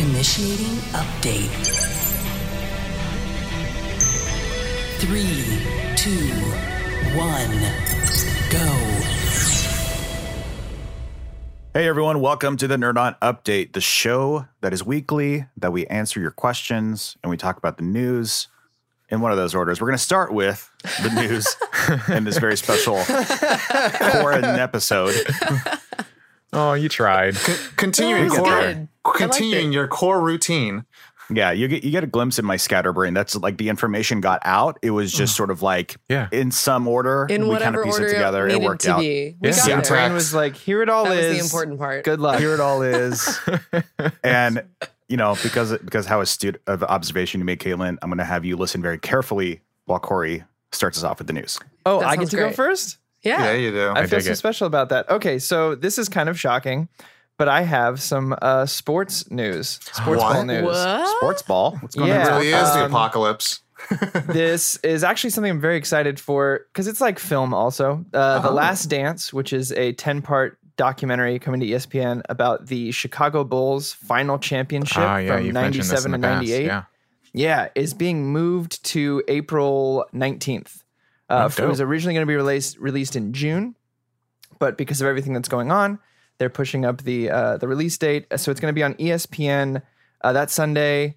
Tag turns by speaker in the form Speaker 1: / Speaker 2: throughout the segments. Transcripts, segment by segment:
Speaker 1: Initiating update. Three, two, one, go.
Speaker 2: Hey everyone, welcome to the Nerd On Update, the show that is weekly that we answer your questions and we talk about the news in one of those orders. We're going to start with the news in this very special foreign episode.
Speaker 3: Oh, you tried.
Speaker 4: continuing
Speaker 2: That was
Speaker 4: core,
Speaker 2: good.
Speaker 4: continuing your core routine.
Speaker 2: Yeah, you get you get a glimpse of my scatterbrain. That's like the information got out. It was just sort of like
Speaker 3: Yeah.
Speaker 2: in some order.
Speaker 5: in
Speaker 2: we kind
Speaker 5: whatever
Speaker 2: of pieced
Speaker 5: order
Speaker 2: it together. It
Speaker 5: needed
Speaker 2: worked
Speaker 5: to
Speaker 2: out.
Speaker 5: be. We
Speaker 3: Yeah.
Speaker 5: got
Speaker 3: Yeah.
Speaker 5: there.
Speaker 4: Syntax.
Speaker 6: Brian was like, here it all
Speaker 5: That
Speaker 6: is.
Speaker 5: was the important part.
Speaker 6: Good luck.
Speaker 2: Here it all is. and you know, because because how astute of observation you made, Caitlin, I'm going to have you listen very carefully while Corey starts us off with the news.
Speaker 6: oh,
Speaker 5: That
Speaker 6: I get
Speaker 5: sounds
Speaker 6: to go
Speaker 5: great.
Speaker 6: first?
Speaker 5: Yeah.
Speaker 4: Yeah, you do.
Speaker 6: I, feel
Speaker 3: dig
Speaker 6: so
Speaker 3: it.
Speaker 6: special about that. Okay, so this is kind of shocking, but I have some uh, sports news, sports
Speaker 4: What?
Speaker 6: ball news.
Speaker 5: What?
Speaker 2: Sports ball. What's going
Speaker 4: It
Speaker 6: Yeah.
Speaker 4: really is the
Speaker 6: Um,
Speaker 4: apocalypse.
Speaker 6: this is actually something I'm very excited for because it's like film also. Uh,
Speaker 3: Oh.
Speaker 6: The Last Dance, which is a 10 part documentary coming to E ESPN about the Chicago Bulls final championship
Speaker 3: Ah, yeah,
Speaker 6: from
Speaker 3: you've mentioned this
Speaker 6: 97
Speaker 3: in
Speaker 6: to
Speaker 3: the past.
Speaker 6: 98.
Speaker 3: Yeah.
Speaker 6: Yeah, is being moved to April 19th. Uh,
Speaker 3: Oh,
Speaker 6: it was
Speaker 3: dope.
Speaker 6: originally going to be released released in June, but because of everything that's going on, they're pushing up the uh, the release date. So it's going to be on E ESPN uh, that Sunday,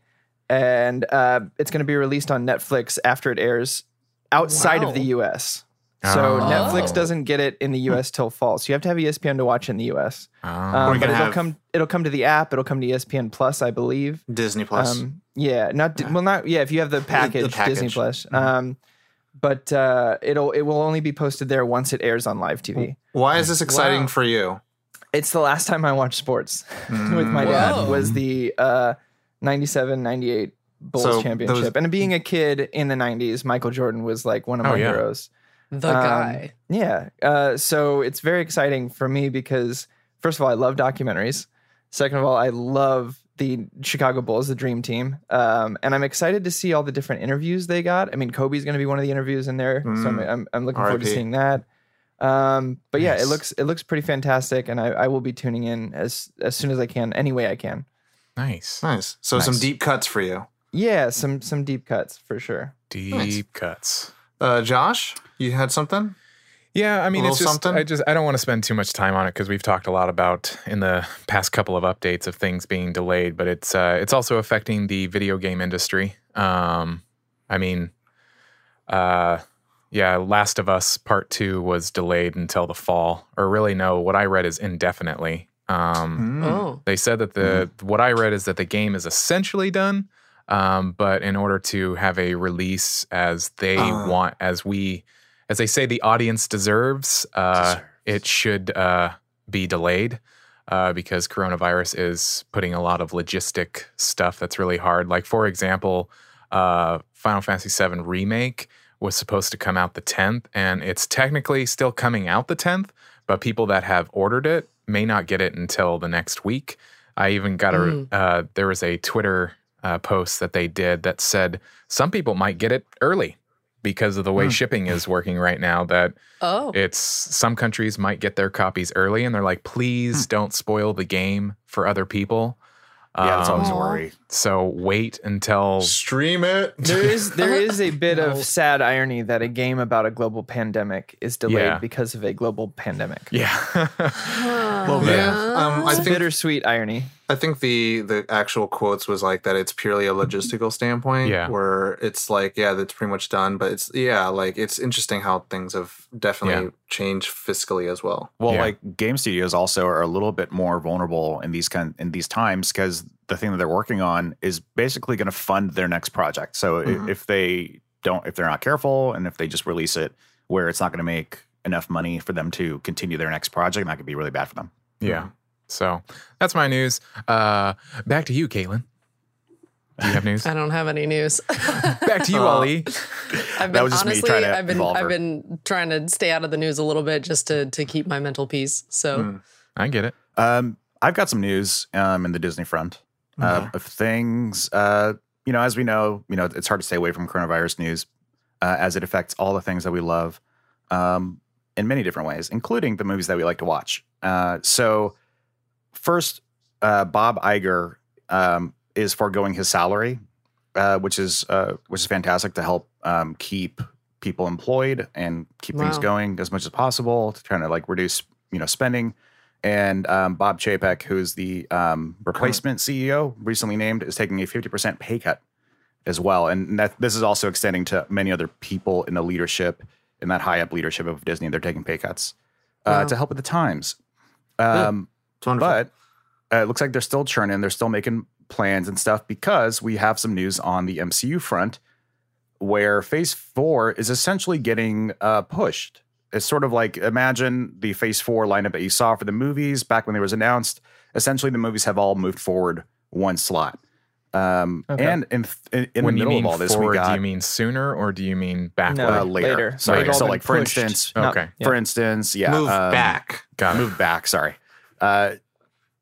Speaker 6: and uh, it's going to be released on Netflix after it airs outside
Speaker 5: Wow.
Speaker 6: of the U.S. So
Speaker 3: Oh. Hmm.
Speaker 6: Netflix doesn't get it in the U.S. till fall, so you have to have E ESPN to watch it in the U.S.
Speaker 3: Oh.
Speaker 6: Um,
Speaker 4: we
Speaker 6: but
Speaker 4: gonna
Speaker 6: it'll
Speaker 4: have-
Speaker 6: come it'll come to the app. It'll come to E ESPN Plus, I believe.
Speaker 4: Disney Plus.
Speaker 6: Um, yeah, not di- well, not yeah. If you have the package, Disney
Speaker 4: package. Mm-hmm.
Speaker 6: Plus, um, but uh, it'll it will only be posted there once it airs on live TV.
Speaker 4: Why is this exciting
Speaker 5: Wow.
Speaker 4: for you?
Speaker 6: It's the last time I watched sports with
Speaker 4: Mm,
Speaker 6: my
Speaker 5: Whoa.
Speaker 6: dad was the uh, 97, 98 Bulls
Speaker 4: So those-
Speaker 6: championship, and being a kid in the nineties, Michael Jordan was like one of
Speaker 3: Oh,
Speaker 6: my
Speaker 3: yeah.
Speaker 6: heroes.
Speaker 5: The
Speaker 6: Um,
Speaker 5: guy.
Speaker 6: Yeah. Uh, so it's very exciting for me because, first of all, I love documentaries. Second of all, I love the Chicago Bulls, the dream team. Um, and I'm excited to see all the different interviews they got. I mean, Kobe's going to be one of the interviews in there. So I'm,
Speaker 4: Mm.
Speaker 6: I'm, I'm looking forward to
Speaker 4: RIP.
Speaker 6: seeing that. Um, but yeah, it
Speaker 3: Nice.
Speaker 6: looks it looks pretty fantastic, and I, I will be tuning in as as soon as I can, any way I can.
Speaker 3: Nice.
Speaker 4: Nice. So
Speaker 3: Nice.
Speaker 4: some deep cuts for you.
Speaker 6: Yeah, some some deep cuts for sure.
Speaker 3: Deep cuts.
Speaker 4: Uh, Josh, you had something?
Speaker 3: Yeah, I mean,
Speaker 4: A
Speaker 3: it's
Speaker 4: little
Speaker 3: just
Speaker 4: something?
Speaker 3: I just I don't want to spend too much time on it because we've talked a lot about in the past couple of updates of things being delayed, but it's uh, it's also affecting the video game industry. Um, I mean, uh, yeah, Last of Us Part Two was delayed until the fall, or really no, what I read is indefinitely. Um,
Speaker 2: hmm.
Speaker 4: Mm.
Speaker 5: oh.
Speaker 3: They said that the what I read is that the game is essentially done, um, but in order to have a release as they
Speaker 4: Ah.
Speaker 3: want, as we, as they say, the audience deserves, uh, it should uh, be delayed uh, because coronavirus is putting a lot of logistic stuff that's really hard. Like for example, uh, Final Fantasy VII remake was supposed to come out the 10th, and it's technically still coming out the 10th, but people that have ordered it may not get it until the next week. I even got a
Speaker 5: Mm.
Speaker 3: uh, there was a Twitter uh, post that they did that said some people might get it early because of the way shipping is working right now. That
Speaker 5: Hmm. Oh.
Speaker 3: it's some countries might get their copies early, and they're like,
Speaker 5: Hmm.
Speaker 3: please don't spoil the game for other people.
Speaker 2: Yeah, that's
Speaker 3: Um,
Speaker 2: always a
Speaker 5: Aw.
Speaker 2: worry.
Speaker 3: so wait until
Speaker 4: Stream it.
Speaker 6: There is there is a bit
Speaker 5: No.
Speaker 6: of sad irony that a game about a global pandemic is delayed
Speaker 3: Yeah.
Speaker 6: because of a global pandemic.
Speaker 3: yeah.
Speaker 4: yeah. Um, I
Speaker 6: It's
Speaker 4: think
Speaker 6: bittersweet irony.
Speaker 4: I think the the actual quotes was like that. It's purely a logistical standpoint.
Speaker 3: Yeah.
Speaker 4: Where it's like, yeah, that's pretty much done. But it's yeah, like it's interesting how things have definitely
Speaker 3: Yeah.
Speaker 4: changed fiscally as well.
Speaker 2: Well,
Speaker 3: Yeah.
Speaker 2: like game studios also are a little bit more vulnerable in these kind in these times because the thing that they're working on is basically going to fund their next project. So i-
Speaker 4: Mhm.
Speaker 2: if they don't, if they're not careful, and if they just release it where it's not going to make enough money for them to continue their next project, that could be really bad for them.
Speaker 3: Yeah. So that's my news. Uh, back to you, Caitlin. Do you have news?
Speaker 5: I don't have any news.
Speaker 3: back to you,
Speaker 4: Uh,
Speaker 3: Ali.
Speaker 5: I've
Speaker 2: That
Speaker 5: been
Speaker 2: was just me
Speaker 5: honestly,
Speaker 2: trying to
Speaker 5: I've been
Speaker 2: involve her.
Speaker 5: I've been trying to stay out of the news a little bit just to to keep my mental peace. So
Speaker 4: Mm.
Speaker 3: I get it.
Speaker 2: Um, I've got some news um, in the Disney front uh, of things. Uh, you know, as we know, you know, it's hard to stay away from coronavirus news uh, as it affects all the things that we love um, in many different ways, including the movies that we like to watch. Uh, so, first, uh, Bob Iger uh, um, is foregoing his salary, uh, which is uh, which is fantastic to help um, keep people employed and keep things
Speaker 5: Wow.
Speaker 2: going as much as possible to try to like reduce you know spending. And um, Bob Chapek, who's the um, replacement CEO, recently named, is taking a fifty percent pay cut as well. And that this is also extending to many other people in the leadership, in that high up leadership of Disney. They're taking pay cuts uh,
Speaker 5: Wow.
Speaker 2: to help with the times. Um,
Speaker 4: It's wonderful.
Speaker 2: But uh, it looks like they're still churning. They're still making plans and stuff because we have some news on the MCU front where phase four is essentially getting uh, pushed. It's sort of like imagine the phase four lineup that you saw for the movies back when they was announced. Essentially, the movies have all moved forward one slot. Um,
Speaker 6: Okay.
Speaker 2: And in, in, in the
Speaker 3: when you
Speaker 2: middle
Speaker 3: mean
Speaker 2: of all this,
Speaker 3: forward,
Speaker 2: we
Speaker 3: do
Speaker 2: got
Speaker 3: you mean sooner or do you mean backward?
Speaker 6: No.
Speaker 2: uh, later.
Speaker 6: Later.
Speaker 2: Sorry.
Speaker 3: They've all
Speaker 2: So,
Speaker 6: been
Speaker 2: like for
Speaker 6: pushed.
Speaker 2: instance,
Speaker 6: No.
Speaker 3: Okay.
Speaker 6: Yeah.
Speaker 2: for instance, yeah,
Speaker 4: Move
Speaker 2: um,
Speaker 4: back.
Speaker 3: Got it.
Speaker 2: move back. Sorry. Uh,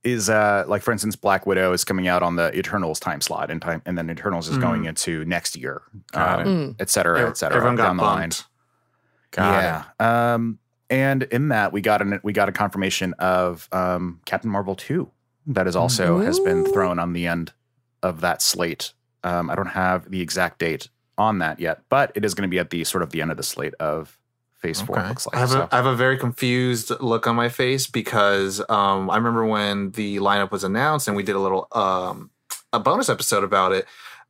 Speaker 2: is uh like for instance, Black Widow is coming out on the Eternals time slot, and time, and then Eternals is
Speaker 4: Mm.
Speaker 2: going into next year, um,
Speaker 3: Got
Speaker 2: Hmm.
Speaker 3: it.
Speaker 5: Mm.
Speaker 2: et cetera, et cetera,
Speaker 4: Everyone got
Speaker 2: down the line.
Speaker 4: bumped.
Speaker 3: Got it.
Speaker 2: yeah. Um, and in that we got an we got a confirmation of um Captain Marvel two that is also
Speaker 4: Mm.
Speaker 2: has been
Speaker 5: Ooh.
Speaker 2: thrown on the end of that slate. Um, I don't have the exact date on that yet, but it is going to be at the sort of the end of the slate of Phase four. it
Speaker 3: Okay.
Speaker 2: Looks like
Speaker 4: I have,
Speaker 2: so.
Speaker 4: a, I have a very confused look on my face because um, I remember when the lineup was announced and we did a little um, a bonus episode about it,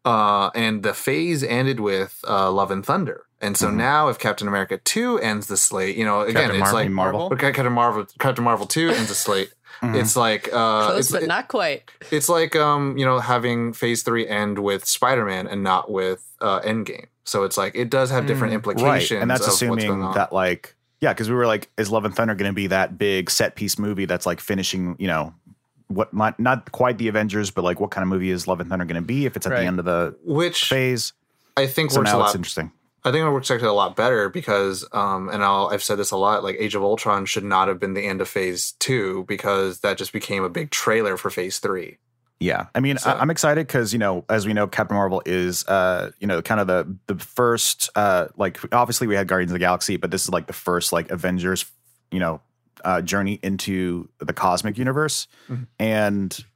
Speaker 4: uh, and the phase ended with uh, Love and Thunder, and so
Speaker 2: Mhm.
Speaker 4: now if Captain America two ends the slate, you know, again
Speaker 3: Captain
Speaker 4: it's
Speaker 3: Marvel.
Speaker 4: like
Speaker 2: Marvel.
Speaker 4: okay, Captain Marvel, Captain Marvel two ends the slate.
Speaker 2: Mhm.
Speaker 4: It's like uh,
Speaker 5: Close,
Speaker 4: it's,
Speaker 5: but not quite.
Speaker 4: it's like um, you know having Phase three end with Spider Man and not with uh, Endgame. So it's like it does have different implications,
Speaker 2: Mm, right? And that's
Speaker 4: of what's going
Speaker 2: assuming
Speaker 4: on.
Speaker 2: that like yeah, because we were like, is Love and Thunder going to be that big set piece movie that's like finishing? You know, what not not quite the Avengers, but like what kind of movie is Love and Thunder going to be if it's at
Speaker 6: Right.
Speaker 2: the end of the
Speaker 4: which
Speaker 2: phase?
Speaker 4: I think
Speaker 2: So
Speaker 4: works a
Speaker 2: now it's
Speaker 4: lot
Speaker 2: interesting.
Speaker 4: I think it works actually a lot better because, um, and I'll, I've said this a lot, like Age of Ultron should not have been the end of Phase Two because that just became a big trailer for Phase Three.
Speaker 2: Yeah, I mean,
Speaker 4: So-
Speaker 2: I, I'm excited because you know, as we know, Captain Marvel is, uh, you know, kind of the the first, uh, like obviously we had Guardians of the Galaxy, but this is like the first like Avengers, you know, uh, journey into the cosmic universe,
Speaker 4: Mhm.
Speaker 2: and I think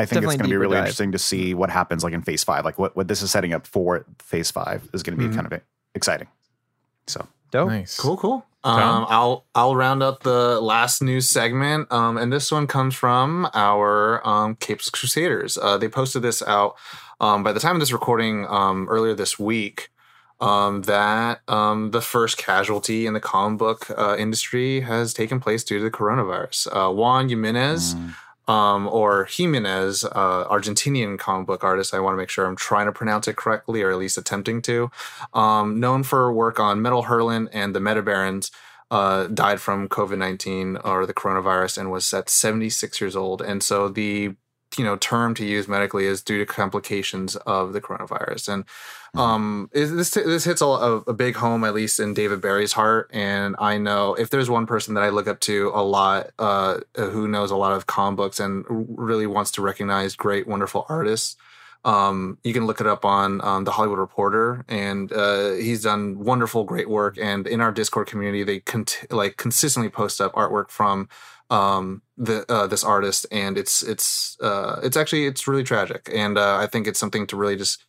Speaker 6: Mm-hmm. Definitely
Speaker 2: it's going to be
Speaker 6: deeper
Speaker 2: really
Speaker 6: dive. Mm-hmm.
Speaker 2: interesting to see what happens like in Phase Five, like what what this is setting up for Phase Five is going to be
Speaker 6: Mm-hmm.
Speaker 4: Mhm.
Speaker 2: kind of exciting. So
Speaker 6: Dope.
Speaker 3: Nice.
Speaker 4: Cool, cool.
Speaker 3: Tom?
Speaker 4: Um, I'll I'll round up the last news segment, um, and this one comes from our um, Capes Crusaders. Uh, they posted this out um, by the time of this recording um, earlier this week. Um, that um, the first casualty in the comic book uh, industry has taken place due to the coronavirus. Uh, Juan Jimenez,
Speaker 6: Mm.
Speaker 4: um, or Jimenez, uh, Argentinian comic book artist. I want to make sure I'm trying to pronounce it correctly, or at least attempting to. Um, known for work on Metal Hurlin and the Metabarons, uh, died from COVID 19 or the coronavirus and was at 76 years old. And so the you know term to use medically is due to complications of the coronavirus and um is this this hits a, a, a big home at least in david barry's heart and i know if there's one person that i look up to a lot uh who knows a lot of comic books and really wants to recognize great wonderful artists um, you can look it up on um, the Hollywood Reporter, and uh, he's done wonderful, great work. And in our Discord community, they cont- like consistently post up artwork from um, the uh, this artist, and it's it's uh, it's actually it's really tragic, and uh, I think it's something to really just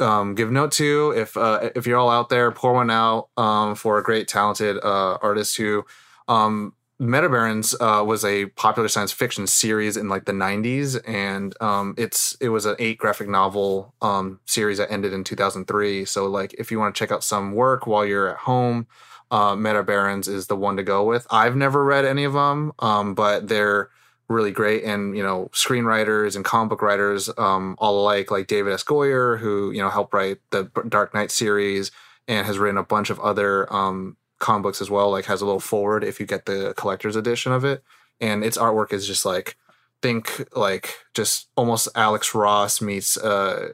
Speaker 4: um, give note to. If uh, if you're all out there, pour one out um, for a great, talented uh, artist who. Um, Metabarons uh, was a popular science fiction series in like the 90s, and um, it's it was an eight graphic novel um, series that ended in 2003. So like, if you want to check out some work while you're at home, uh, Metabarons is the one to go with. I've never read any of them, um, but they're really great. And you know, screenwriters and comic book writers um, all alike, like David S. Goyer, who you know helped write the Dark Knight series and has written a bunch of other um, comic books as well. Like has a little forward if you get the collector's edition of it, and its artwork is just like think like just almost Alex Ross meets uh,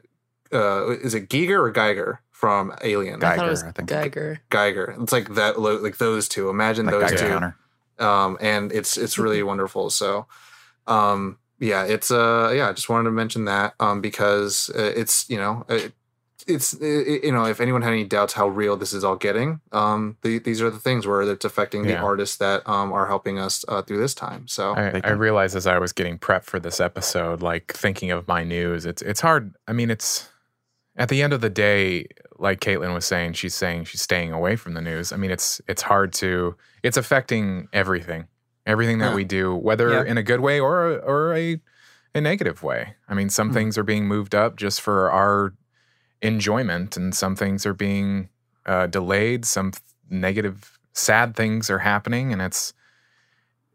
Speaker 4: uh, is it Giger or Geiger from Alien?
Speaker 2: Geiger,
Speaker 5: I thought it was
Speaker 2: I think.
Speaker 5: Geiger.
Speaker 4: Geiger. It's like that, lo- like those two. Imagine
Speaker 2: like
Speaker 4: those
Speaker 2: Geiger
Speaker 4: two
Speaker 2: counter.
Speaker 4: um, and it's it's really wonderful. So, um, yeah, it's uh, yeah, I just wanted to mention that um, because uh, it's you know it, it's it, you know if anyone had any doubts how real this is all getting, um, the, these are the things where it's affecting the
Speaker 3: Yeah.
Speaker 4: artists that um, are helping us uh, through this time. So
Speaker 3: I,
Speaker 2: Thank
Speaker 3: I
Speaker 2: you.
Speaker 3: realized as I was getting prep for this episode, like thinking of my news, it's it's hard. I mean, it's at the end of the day, like Caitlin was saying, she's saying she's staying away from the news. I mean, it's it's hard to it's affecting everything, everything that
Speaker 4: Yeah.
Speaker 3: we do, whether
Speaker 6: Yeah.
Speaker 3: in a good way or or a a negative way. I mean, some
Speaker 4: Hmm.
Speaker 3: things are being moved up just for our enjoyment, and some things are being uh, delayed. Some th- negative, sad things are happening, and it's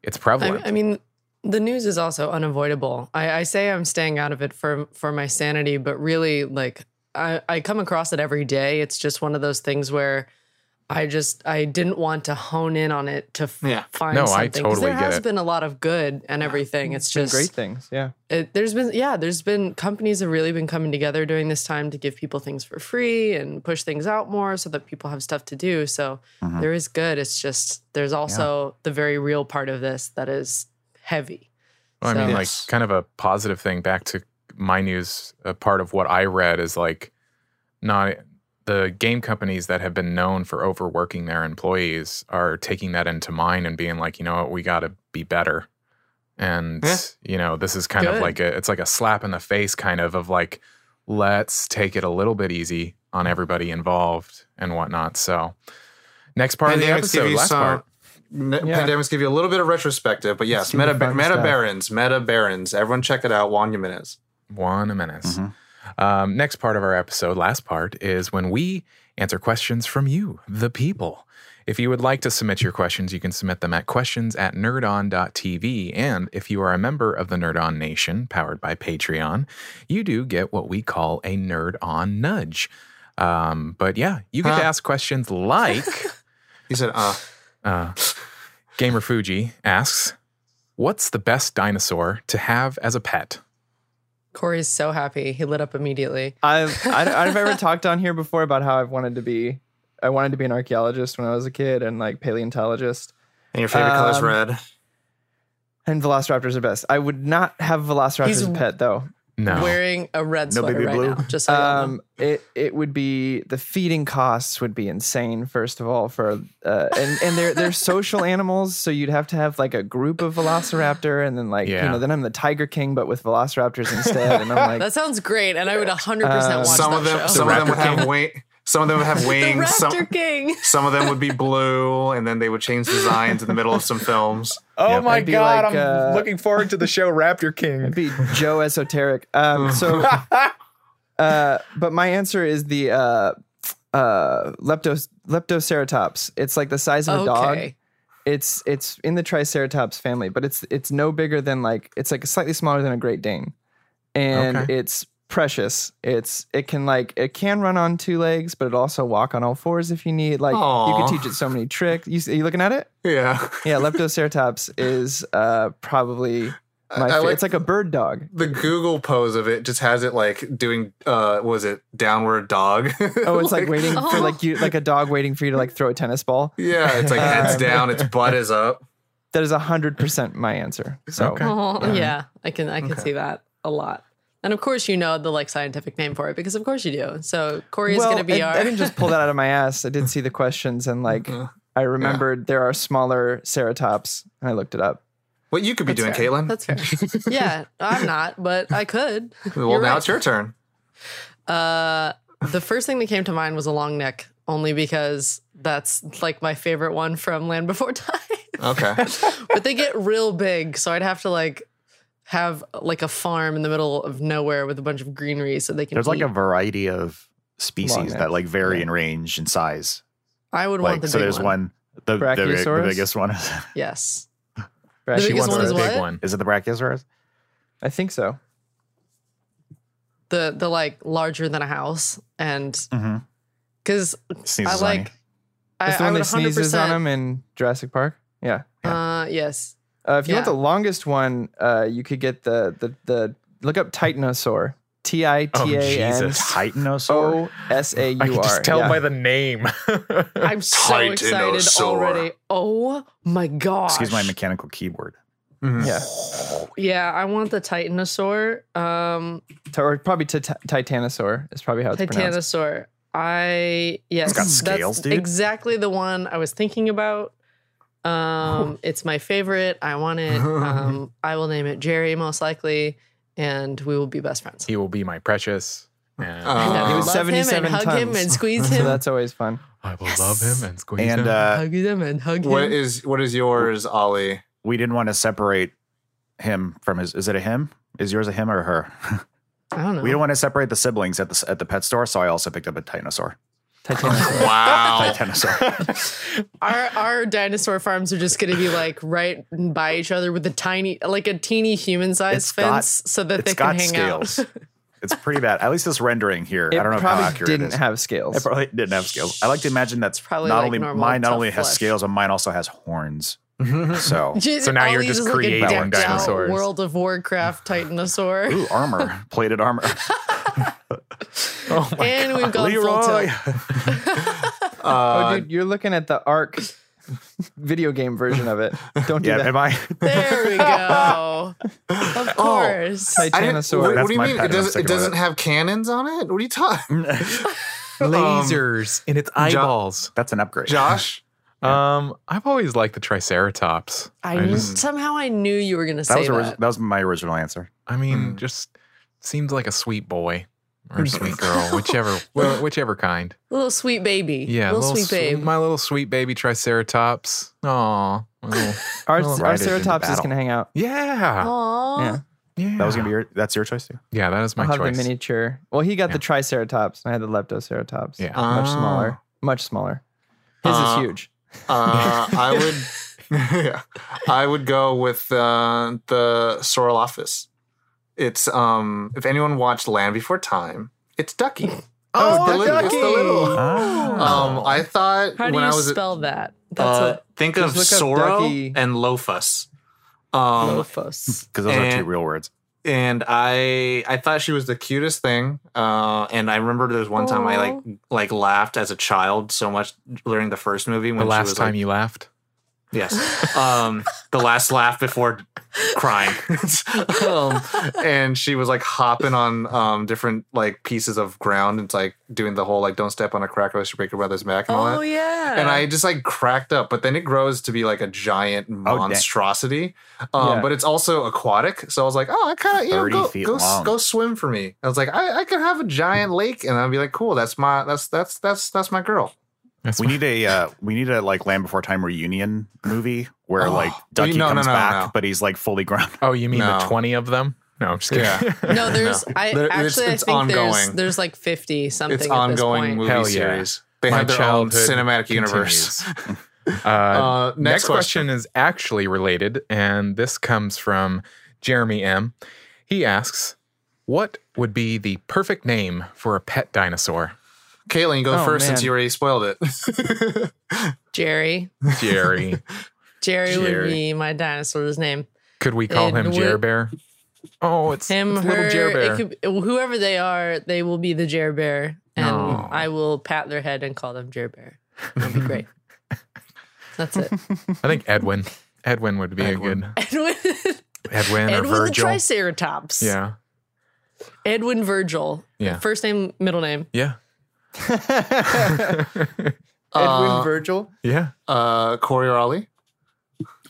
Speaker 3: it's prevalent.
Speaker 5: I, I mean, the news is also unavoidable. I, I say I'm staying out of it for for my sanity, but really, like I, I come across it every day. It's just one of those things where I just I didn't want to hone in on it to f-
Speaker 4: Yeah.
Speaker 5: find
Speaker 3: No, I
Speaker 5: something. 'Cause
Speaker 3: totally
Speaker 5: there
Speaker 3: get
Speaker 5: has
Speaker 3: it.
Speaker 5: been a lot of good and everything. It's,
Speaker 6: Been
Speaker 5: just
Speaker 6: great things. Yeah.
Speaker 5: it, there's been yeah there's been companies have really been coming together during this time to give people things for free and push things out more so that people have stuff to do so
Speaker 2: Mhm.
Speaker 5: there is good it's just there's also the very real part of this that is heavy
Speaker 3: Well, I mean,
Speaker 5: So-
Speaker 4: Yes.
Speaker 3: like, kind of a positive thing back to my news. A part of what I read is like, not the game companies that have been known for overworking their employees are taking that into mind and being like, you know what, we got to be better. And,
Speaker 4: Yeah.
Speaker 3: you know, this is kind of
Speaker 5: Good.
Speaker 3: like a, it's like a slap in the face, kind of, of like, let's take it a little bit easy on everybody involved and whatnot. So, next part of the
Speaker 4: give
Speaker 3: episode,
Speaker 4: you
Speaker 3: last
Speaker 4: some-
Speaker 3: part.
Speaker 4: Ne-
Speaker 6: Yeah.
Speaker 4: Pandemics give you a little bit of retrospective, but yes,
Speaker 6: see the
Speaker 4: meta
Speaker 6: fun
Speaker 4: meta
Speaker 6: stuff.
Speaker 4: barons, meta barons. Everyone check it out. Juan Jimenez.
Speaker 3: One a menace.
Speaker 2: Mhm.
Speaker 5: Mm-hmm.
Speaker 3: Um, next part of our episode, last part, is when we answer questions from you, the people. If you would like to submit your questions, you can submit them at questions at nerdon.tv. And if you are a member of the Nerd On Nation, powered by Patreon, you do get what we call a Nerd On nudge. Um, but yeah, you get to
Speaker 4: Huh.
Speaker 3: ask questions like
Speaker 4: He said, "Uh,
Speaker 3: uh, Gamer Fuji asks, What's the best dinosaur to have as a pet?
Speaker 5: corey's so happy he lit up immediately
Speaker 6: I've I, don't- I've ever talked on here before about how I've wanted to be I wanted to be an archaeologist when I was a kid and like paleontologist.
Speaker 4: and your favorite color's
Speaker 6: Um,
Speaker 4: red."
Speaker 6: And velociraptors are best. I would not have velociraptors
Speaker 5: He's-
Speaker 6: as a pet though.
Speaker 3: No.
Speaker 5: wearing a red
Speaker 2: No
Speaker 5: sweater
Speaker 2: baby
Speaker 5: right
Speaker 2: blue?
Speaker 5: now just so you all know.
Speaker 6: Um, it it would be the feeding costs would be insane. First of all, for uh, and and they're they're social animals, so you'd have to have like a group of velociraptor, and then like you
Speaker 3: Yeah.
Speaker 6: know, then I'm the Tiger King, but with velociraptors instead, and I'm like,
Speaker 5: that sounds great and i would 100%
Speaker 6: Uh,
Speaker 5: watch
Speaker 4: Some
Speaker 5: that
Speaker 4: of them,
Speaker 5: show
Speaker 4: some
Speaker 3: The
Speaker 4: of them would
Speaker 3: Raptor
Speaker 4: have wing. Some of them would have
Speaker 5: the
Speaker 4: wings.
Speaker 5: raptor
Speaker 4: Some,
Speaker 5: king
Speaker 4: some of them would be blue, and then they would change designs in the middle of some films.
Speaker 3: Oh
Speaker 2: Yep.
Speaker 3: my
Speaker 6: It'd be
Speaker 3: god,
Speaker 6: like,
Speaker 3: I'm
Speaker 6: uh,
Speaker 3: looking forward to the show Raptor King.
Speaker 6: be Joe esoteric. Um, so, uh, but my answer is the uh, uh, leptos leptoceratops. It's like the size of a dog.
Speaker 5: okay
Speaker 6: It's it's in the Triceratops family, but it's it's no bigger than like it's like slightly smaller than a Great Dane, and
Speaker 3: Okay.
Speaker 6: it's precious. It's it can like it can run on two legs, but it also walk on all fours if you need. Like you
Speaker 4: Aw.
Speaker 6: could teach it so many tricks. You, s- you looking at it?
Speaker 4: Yeah,
Speaker 6: Yeah, Leptoceratops is uh, probably my.
Speaker 4: I
Speaker 6: fa-
Speaker 4: like-
Speaker 6: it's like a bird dog.
Speaker 4: the Google pose of it just has it like doing. Uh, what was it downward dog?
Speaker 6: Oh, it's like waiting for
Speaker 5: Oh.
Speaker 6: like you like a dog waiting for you to like throw a tennis ball.
Speaker 4: Yeah, it's like heads
Speaker 6: Um,
Speaker 4: down, its butt is up.
Speaker 6: That is hundred percent my answer. So
Speaker 3: Okay.
Speaker 5: Oh,
Speaker 3: Yeah.
Speaker 5: yeah, I can I can
Speaker 4: Okay.
Speaker 5: see that a lot. And of course, you know the like scientific name for it because of course you do. So Corey is
Speaker 6: well,
Speaker 5: going to be
Speaker 6: I,
Speaker 5: our.
Speaker 6: I didn't just pull that out of my ass. I did see the questions and like
Speaker 4: Mhm.
Speaker 6: I remembered there are smaller ceratops and I looked it up.
Speaker 4: What you could be doing,
Speaker 5: That's fair.
Speaker 4: Caitlin?
Speaker 5: That's fair. yeah, I'm not, but I could.
Speaker 4: well,
Speaker 5: You're
Speaker 4: now
Speaker 5: right.
Speaker 4: it's your turn.
Speaker 5: Uh, the first thing that came to mind was a long neck, only because that's like my favorite one from Land Before Time.
Speaker 4: Okay.
Speaker 5: but they get real big, so I'd have to like have like a farm in the middle of nowhere with a bunch of greenery so they can.
Speaker 2: There's like a
Speaker 5: eat.
Speaker 2: variety of species
Speaker 6: necks.
Speaker 2: that like vary
Speaker 6: Yeah.
Speaker 2: in range and size.
Speaker 5: I would want
Speaker 2: Like
Speaker 5: the
Speaker 2: so,
Speaker 5: big
Speaker 2: there's
Speaker 5: one.
Speaker 2: one. The, the, big- the
Speaker 6: Brachiosaurus?
Speaker 2: biggest one is,
Speaker 5: Yes.
Speaker 6: But she
Speaker 5: biggest
Speaker 6: wants
Speaker 5: one
Speaker 6: to-
Speaker 5: is
Speaker 3: the
Speaker 5: what?
Speaker 3: big one.
Speaker 2: is it the Brachiosaurus?
Speaker 6: I think so.
Speaker 5: the the like larger than a house and
Speaker 2: Mm-hmm.
Speaker 5: because i
Speaker 2: Sneezes on you.
Speaker 5: like I,
Speaker 6: It's the
Speaker 5: I
Speaker 6: one
Speaker 5: would
Speaker 6: that
Speaker 5: 100
Speaker 6: sneezes on
Speaker 5: percent
Speaker 6: him in Jurassic Park. Yeah.
Speaker 5: uh yes
Speaker 6: Uh, if you want
Speaker 5: Yeah.
Speaker 6: the longest one, uh, you could get the the the look up Titanosaur. T I T A
Speaker 4: Oh,
Speaker 6: N
Speaker 3: Jesus.
Speaker 2: Titanosaur.
Speaker 6: O S A U R.
Speaker 3: I can just tell
Speaker 6: Yeah.
Speaker 3: by the name.
Speaker 5: i'm so excited
Speaker 4: Titanosaur.
Speaker 5: already oh my god
Speaker 2: Excuse my mechanical keyboard.
Speaker 4: Mm-hmm.
Speaker 6: Yeah,
Speaker 5: Yeah, I want the Titanosaur. Um,
Speaker 6: T- or probably to Titanosaur is probably how it's pronounced.
Speaker 5: Titanosaur. I yes,
Speaker 2: got scales,
Speaker 5: that's
Speaker 2: dude.
Speaker 5: exactly the one I was thinking about. Um, it's my favorite. I want it. Um, I will name it Jerry most likely, and we will be best friends.
Speaker 3: He will be my precious. And
Speaker 5: And I
Speaker 4: Uh,
Speaker 5: will
Speaker 4: He
Speaker 6: was
Speaker 5: love him and
Speaker 6: 77
Speaker 5: hug him
Speaker 6: tons.
Speaker 5: and squeeze
Speaker 6: So
Speaker 5: him.
Speaker 6: that's always fun.
Speaker 3: I will love him and squeeze
Speaker 2: And
Speaker 3: him.
Speaker 2: uh,
Speaker 5: hug him and hug
Speaker 4: What
Speaker 5: him.
Speaker 4: is what is yours, Ollie?
Speaker 2: we didn't want to separate him from his. Is it a him? Is yours a him or her?
Speaker 5: I don't know.
Speaker 2: We don't want to separate the siblings at the s- at the pet store, so I also picked up a Titanosaur.
Speaker 6: Titanosaur.
Speaker 5: Oh.
Speaker 4: Wow.
Speaker 2: Titanosaur.
Speaker 5: our our dinosaur farms are just going to be like right by each other with a tiny, like a teeny human
Speaker 2: It's
Speaker 5: sized
Speaker 2: got-
Speaker 5: fence, so that
Speaker 2: it's
Speaker 5: they can
Speaker 2: got
Speaker 5: hang
Speaker 2: scales.
Speaker 5: out.
Speaker 2: it's pretty bad. At least this rendering here.
Speaker 6: It
Speaker 2: I don't know how
Speaker 6: probably
Speaker 2: accurate
Speaker 6: didn't
Speaker 2: it is.
Speaker 6: have scales.
Speaker 2: It probably didn't have scales. I like to imagine that's
Speaker 5: Probably
Speaker 2: not
Speaker 5: like
Speaker 2: only
Speaker 5: normal
Speaker 2: mine. Not
Speaker 5: tough
Speaker 2: only has
Speaker 5: flesh.
Speaker 2: scales, but mine also has horns. So
Speaker 5: Just-
Speaker 3: So now you're
Speaker 5: Ollie's
Speaker 3: just
Speaker 5: like a
Speaker 3: creating
Speaker 5: decked out
Speaker 3: dinosaurs.
Speaker 5: World of Warcraft Titanosaur,
Speaker 2: ooh, armor, plated armor.
Speaker 5: and we've gone full
Speaker 2: Leroy.
Speaker 5: tilt.
Speaker 4: Uh,
Speaker 6: oh, dude, you're looking at the Arc video game version of it. Don't do
Speaker 2: Yeah,
Speaker 6: that.
Speaker 2: am I?
Speaker 5: There we go. Of course.
Speaker 4: I didn't-
Speaker 6: Titanosaur.
Speaker 4: What, what
Speaker 2: That's
Speaker 4: do you
Speaker 2: my
Speaker 4: mean? It
Speaker 2: pattern, I'm
Speaker 4: doesn't.
Speaker 2: sticking
Speaker 4: It
Speaker 2: with
Speaker 4: doesn't
Speaker 2: it.
Speaker 4: have cannons on it. What are you talking?
Speaker 3: Lasers in its eyeballs.
Speaker 2: That's an upgrade.
Speaker 4: Josh,
Speaker 3: Um, I've always liked the Triceratops.
Speaker 5: I kn- somehow I knew you were going to
Speaker 2: that
Speaker 5: say
Speaker 2: was
Speaker 5: that.
Speaker 2: ori- that was my original answer.
Speaker 3: I mean, just seems like a sweet boy or sweet girl, whichever wh- whichever kind.
Speaker 5: little sweet baby.
Speaker 3: Yeah,
Speaker 5: little, sweet
Speaker 3: sw-
Speaker 5: babe.
Speaker 3: my little sweet baby Triceratops. Aw. my little-
Speaker 6: Our,
Speaker 3: Well,
Speaker 6: our
Speaker 2: right is in the
Speaker 6: Ceratops is
Speaker 2: battle.
Speaker 6: gonna hang out.
Speaker 3: yeah,
Speaker 5: Aw.
Speaker 6: Yeah.
Speaker 3: yeah.
Speaker 2: That was gonna be your. That's your choice too.
Speaker 3: Yeah, that is my
Speaker 6: I'll have
Speaker 3: choice.
Speaker 6: the miniature. Well, he got
Speaker 3: Yeah.
Speaker 6: the Triceratops, and I had the Leptoceratops.
Speaker 3: Yeah.
Speaker 6: much
Speaker 4: Oh.
Speaker 6: smaller. Much smaller. His
Speaker 4: Uh,
Speaker 6: is huge.
Speaker 4: uh, I would. yeah, I would go with uh, the Sorolophus. It's um. If anyone watched Land Before Time, it's Ducky.
Speaker 5: Hmm.
Speaker 6: Oh,
Speaker 4: it's the little- it's the little-
Speaker 6: Ducky!
Speaker 3: Ah.
Speaker 4: Um, I thought
Speaker 5: How do
Speaker 4: when
Speaker 5: you
Speaker 4: I was
Speaker 5: spell that? That's
Speaker 4: uh, think of
Speaker 6: Just look up
Speaker 4: Soro
Speaker 6: Ducky.
Speaker 4: and Lophus.
Speaker 5: a
Speaker 4: Um,
Speaker 5: lophos.
Speaker 2: Because those are two
Speaker 4: And-
Speaker 2: real words.
Speaker 4: and I I thought she was the cutest thing. Uh, and I remember there was one time I like like laughed as a child so much during the first movie when
Speaker 3: the
Speaker 4: she
Speaker 3: last
Speaker 4: was
Speaker 3: time
Speaker 4: like,
Speaker 3: you laughed.
Speaker 4: yes, um, the last laugh before crying. um, and she was like hopping on um different like pieces of ground. It's like doing the whole like don't step on a crack or else you break your brother's back and all that
Speaker 5: Oh, yeah.
Speaker 4: and I just like cracked up. But then it grows to be like a giant
Speaker 3: Oh,
Speaker 2: dang.
Speaker 4: monstrosity. um,
Speaker 6: Yeah.
Speaker 4: but it's also aquatic. So I was like, oh, I kind of you know
Speaker 2: 30
Speaker 4: go
Speaker 2: feet
Speaker 4: go, s-
Speaker 2: long.
Speaker 4: go swim for me. I was like, I, I could have a giant
Speaker 3: Mm.
Speaker 4: lake, and I'd be like, cool. That's my that's that's that's that's my girl.
Speaker 3: That's
Speaker 2: We need a uh, we need a like Land Before Time reunion movie where
Speaker 4: Oh,
Speaker 2: like
Speaker 4: we-
Speaker 2: Ducky
Speaker 4: no, no,
Speaker 2: comes
Speaker 4: no,
Speaker 2: back,
Speaker 4: no.
Speaker 2: but he's like fully grown.
Speaker 3: Oh, you mean the
Speaker 4: No.
Speaker 3: 20 of them? No, I'm just kidding.
Speaker 5: no, there's. I
Speaker 4: There- it's-
Speaker 5: actually
Speaker 4: it's
Speaker 5: I think there's
Speaker 4: ongoing.
Speaker 5: there's like fifty something.
Speaker 4: it's
Speaker 5: at This
Speaker 4: ongoing
Speaker 5: point.
Speaker 4: movie
Speaker 3: Hell yeah.
Speaker 4: series. They
Speaker 3: My
Speaker 4: have their own
Speaker 3: childhood
Speaker 4: cinematic universe.
Speaker 3: continues. uh,
Speaker 4: Uh, next,
Speaker 3: next
Speaker 4: question.
Speaker 3: question. is actually related, and this comes from Jeremy M. He asks, "What would be the perfect name for a pet dinosaur?"
Speaker 4: Caitlin, you go
Speaker 6: Oh,
Speaker 4: first since
Speaker 6: man.
Speaker 4: you already spoiled it.
Speaker 5: Jerry.
Speaker 3: Jerry.
Speaker 5: Jerry, would
Speaker 3: Jerry.
Speaker 5: be my dinosaur's name.
Speaker 3: Could we call
Speaker 5: It
Speaker 3: him
Speaker 5: would-
Speaker 3: Jer Bear? Oh, it's
Speaker 5: Him,
Speaker 3: it's
Speaker 5: her,
Speaker 3: little Jer Bear.
Speaker 5: it could, whoever they are, they will be the Jer Bear, and
Speaker 4: No.
Speaker 5: I will pat their head and call them Jer Bear. That'd be great. That's it.
Speaker 3: I think Edwin. Edwin would be a good
Speaker 5: Edwin,
Speaker 3: Edwin, or
Speaker 5: Edwin the
Speaker 3: Virgil.
Speaker 5: Triceratops.
Speaker 3: yeah,
Speaker 5: Edwin Virgil.
Speaker 3: Yeah.
Speaker 5: First name, middle name.
Speaker 3: yeah,
Speaker 4: Uh,
Speaker 6: Edwin Virgil.
Speaker 3: yeah.
Speaker 4: uh, Corey or Ollie?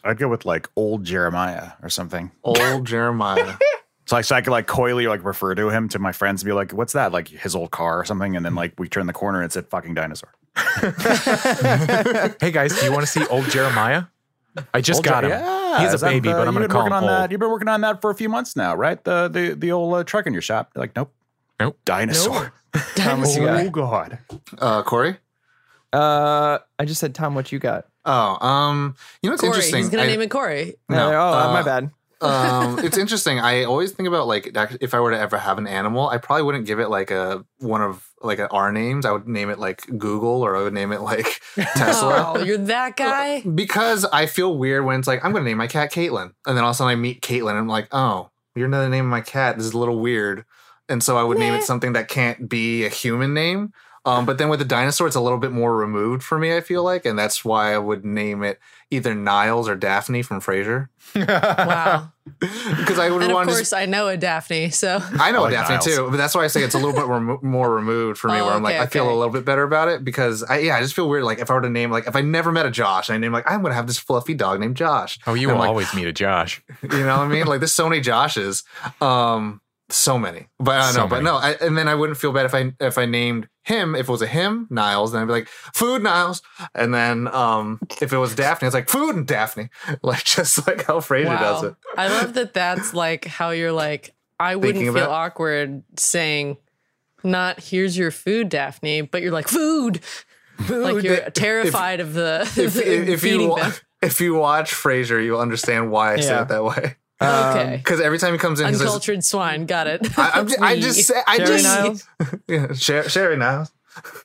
Speaker 2: I'd go with like old Jeremiah or something.
Speaker 4: Old Jeremiah.
Speaker 2: So like so I could like coyly like refer to him to my friends and be like, what's that? Like his old car or something. And then like we turn the corner and it's a fucking dinosaur.
Speaker 3: Hey guys, do you want to see old Jeremiah? I just
Speaker 2: Old
Speaker 3: got
Speaker 2: Jer-
Speaker 3: him.
Speaker 2: Yeah,
Speaker 3: He's
Speaker 2: is
Speaker 3: a
Speaker 2: that
Speaker 3: baby,
Speaker 2: the-
Speaker 3: but I'm
Speaker 2: you've
Speaker 3: going to
Speaker 2: been
Speaker 3: call
Speaker 2: working
Speaker 3: him
Speaker 2: on
Speaker 3: old.
Speaker 2: that. You've been working on that for a few months now, right? The the the old uh, truck in your shop. You're like, nope.
Speaker 3: Nope.
Speaker 2: Dinosaur.
Speaker 6: Tom, what you
Speaker 2: Oh
Speaker 6: got?
Speaker 2: god.
Speaker 4: uh, Corey?
Speaker 6: Uh, I just said Tom, what you got?
Speaker 4: Oh, um, you know what's
Speaker 5: Corey.
Speaker 4: interesting?
Speaker 5: He's gonna
Speaker 4: I-
Speaker 5: name it Corey.
Speaker 6: No,
Speaker 4: No,
Speaker 6: they're- oh,
Speaker 4: uh,
Speaker 6: my bad.
Speaker 4: um, it's interesting. I always think about like that- if I were to ever have an animal, I probably wouldn't give it like a one of like a R names. I would name it like Google or I would name it like Tesla.
Speaker 5: Oh, you're that guy.
Speaker 4: because I feel weird when it's like I'm gonna name my cat Caitlin, and then all of a sudden I meet Caitlin, and I'm like, oh, you're not the name of my cat. This is a little weird, and so I would name it something that can't be a human name. Um, but then with the dinosaur, it's a little bit more removed for me. I feel like, and that's why I would name it either Niles or Daphne from Frasier,
Speaker 5: Wow.
Speaker 4: because I would
Speaker 5: and of
Speaker 4: want to.
Speaker 5: course, I know a Daphne. So
Speaker 4: I know
Speaker 2: I like
Speaker 4: Daphne
Speaker 2: Niles.
Speaker 4: too, but that's why I say it's a little bit remo- more removed for me.
Speaker 5: Oh,
Speaker 4: where I'm like,
Speaker 5: okay,
Speaker 4: I feel
Speaker 5: okay.
Speaker 4: a little bit better about it because I, yeah, I just feel weird. Like if I were to name, like if I never met a Josh, and I name like I'm gonna have this fluffy dog named Josh.
Speaker 3: Oh, you
Speaker 4: And
Speaker 3: will
Speaker 4: I'm like,
Speaker 3: always meet a Josh.
Speaker 4: You know what I mean? Like there's so many Joshes. Um, so many. But I don't
Speaker 3: So
Speaker 4: know, but
Speaker 3: many.
Speaker 4: no, I, and then I wouldn't feel bad if I if I named him, if it was a him, Niles, then I'd be like, food Niles. And then um if it was Daphne, it's like food and Daphne. Like just like how Frasier does it.
Speaker 5: I love that that's like how you're like, I wouldn't
Speaker 4: Thinking
Speaker 5: feel
Speaker 4: about-
Speaker 5: awkward saying, not here's your food, Daphne, but you're like, food. Like
Speaker 4: Food.
Speaker 5: you're
Speaker 4: If-
Speaker 5: terrified of the,
Speaker 4: If, if, if
Speaker 5: feeding
Speaker 4: you wa-
Speaker 5: them.
Speaker 4: if you watch Frasier, you'll understand why I say
Speaker 6: Yeah.
Speaker 4: it that way.
Speaker 5: Okay.
Speaker 4: um, Because every time he comes in, he says,
Speaker 5: Uncultured swine. Got it.
Speaker 4: I, I'm just, I
Speaker 5: We.
Speaker 4: just say, I
Speaker 6: Sherry
Speaker 4: just
Speaker 6: Niles?
Speaker 4: yeah, Sher- Sherry Niles.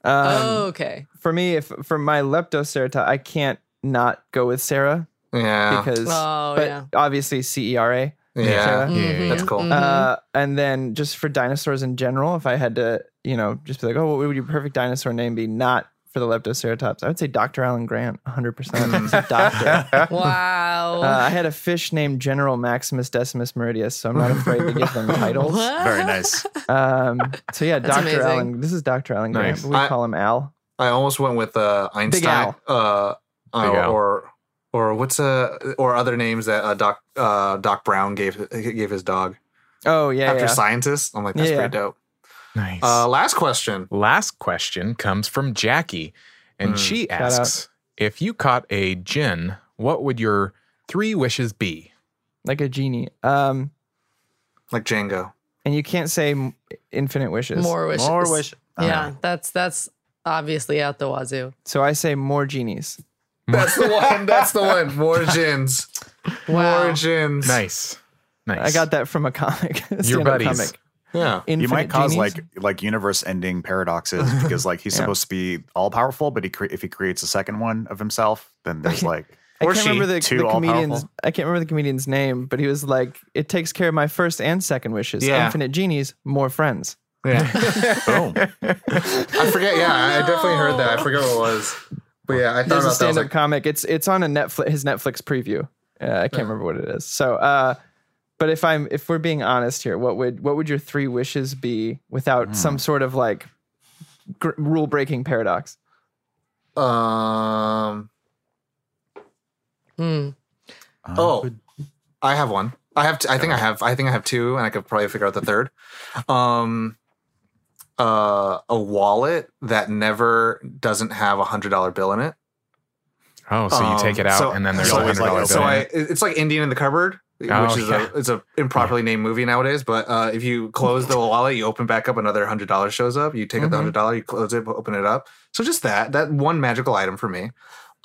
Speaker 6: Um,
Speaker 5: Oh, okay.
Speaker 6: For me, if for my leptocerata, I can't not go with Sarah
Speaker 4: Yeah,
Speaker 6: because,
Speaker 5: Oh,
Speaker 6: but
Speaker 5: yeah. Mm-hmm.
Speaker 6: obviously C E R A.
Speaker 4: yeah,
Speaker 6: Sarah.
Speaker 4: that's cool.
Speaker 6: Uh, and then just for dinosaurs in general, if I had to, you know, just be like, oh, what would your perfect dinosaur name be? Not for the Leptoceratops. I would say Dr. Alan Grant, 100%. He's a doctor.
Speaker 5: Wow.
Speaker 6: Uh, I had a fish named General Maximus Decimus Meridius, so I'm not afraid to give them titles.
Speaker 5: What?
Speaker 2: Very nice.
Speaker 6: Um, so yeah,
Speaker 5: That's
Speaker 6: Dr.
Speaker 5: amazing.
Speaker 6: Alan. This is Dr. Alan Grant.
Speaker 3: Nice.
Speaker 6: but We
Speaker 4: I-
Speaker 6: call him Al.
Speaker 4: I almost went with uh, Einstein, uh,
Speaker 3: Big
Speaker 4: uh,
Speaker 3: Al.
Speaker 4: or or what's uh or other names that uh, Doc uh, Doc Brown gave gave his dog
Speaker 6: Oh yeah,
Speaker 4: after
Speaker 6: yeah.
Speaker 4: scientists. I'm like, that's
Speaker 6: Yeah,
Speaker 4: pretty dope.
Speaker 3: Nice.
Speaker 4: Uh, last question.
Speaker 3: Last question comes from Jackie, and
Speaker 4: Mm.
Speaker 3: she
Speaker 6: Shout out.
Speaker 3: asks If you caught a djinn, what would your three wishes be?
Speaker 6: like a genie. Um,
Speaker 4: Like Django.
Speaker 6: and you can't say m- infinite wishes.
Speaker 5: More wishes.
Speaker 2: More wish.
Speaker 5: Yeah,
Speaker 4: Uh,
Speaker 5: that's that's obviously out the wazoo.
Speaker 6: So I say more genies.
Speaker 4: That's the one. That's the one. More gins. More
Speaker 5: Wow.
Speaker 4: gins.
Speaker 3: Nice. Nice.
Speaker 6: I got that from a comic. a
Speaker 3: your
Speaker 6: stand-up
Speaker 3: buddies.
Speaker 6: Comic.
Speaker 4: Yeah.
Speaker 2: You might cause
Speaker 6: genies?
Speaker 2: like like universe ending paradoxes because like he's
Speaker 6: Yeah.
Speaker 2: supposed to be all powerful, but he cre- if he creates a second one of himself, then there's like
Speaker 6: I
Speaker 4: or
Speaker 6: can't
Speaker 4: she,
Speaker 6: remember the,
Speaker 2: two
Speaker 6: the
Speaker 2: all-powerful.
Speaker 6: comedian's. I can't remember the comedian's name, but he was like, "It takes care of my first and second wishes.
Speaker 4: Yeah.
Speaker 6: Infinite genies, more friends."
Speaker 4: Yeah.
Speaker 2: boom.
Speaker 4: I forget. Yeah, I definitely heard that. I forget what it was. But yeah, I thought about
Speaker 6: There's a
Speaker 4: that. I was
Speaker 6: stand-up
Speaker 4: like,
Speaker 6: comic. It's it's on a Netflix his Netflix preview. Uh, I can't remember what it is. So, uh, but if I'm if we're being honest here, what would what would your three wishes be without some sort of like gr- rule breaking paradox?
Speaker 4: um.
Speaker 5: Hmm.
Speaker 6: Uh-huh.
Speaker 4: Oh, I have one. I have. T- I think I have. I think I have two, and I could probably figure out the third. Um, uh, a wallet that never doesn't have a hundred dollar bill in it.
Speaker 3: Oh, so you
Speaker 4: Um,
Speaker 3: take it out,
Speaker 4: so-
Speaker 3: and then there's
Speaker 4: so
Speaker 3: a hundred
Speaker 2: it's like-
Speaker 3: dollar bill.
Speaker 2: That's
Speaker 4: So
Speaker 2: right.
Speaker 4: I, it- it's like Indian in the cupboard,
Speaker 3: Oh,
Speaker 4: which is
Speaker 3: yeah.
Speaker 4: a it's a improperly named movie nowadays. But uh, if you close the wallet, you open back up, another hundred dollars shows up. You take out the
Speaker 6: Mhm.
Speaker 4: hundred dollar, you close it, open it up. So just that that one magical item for me.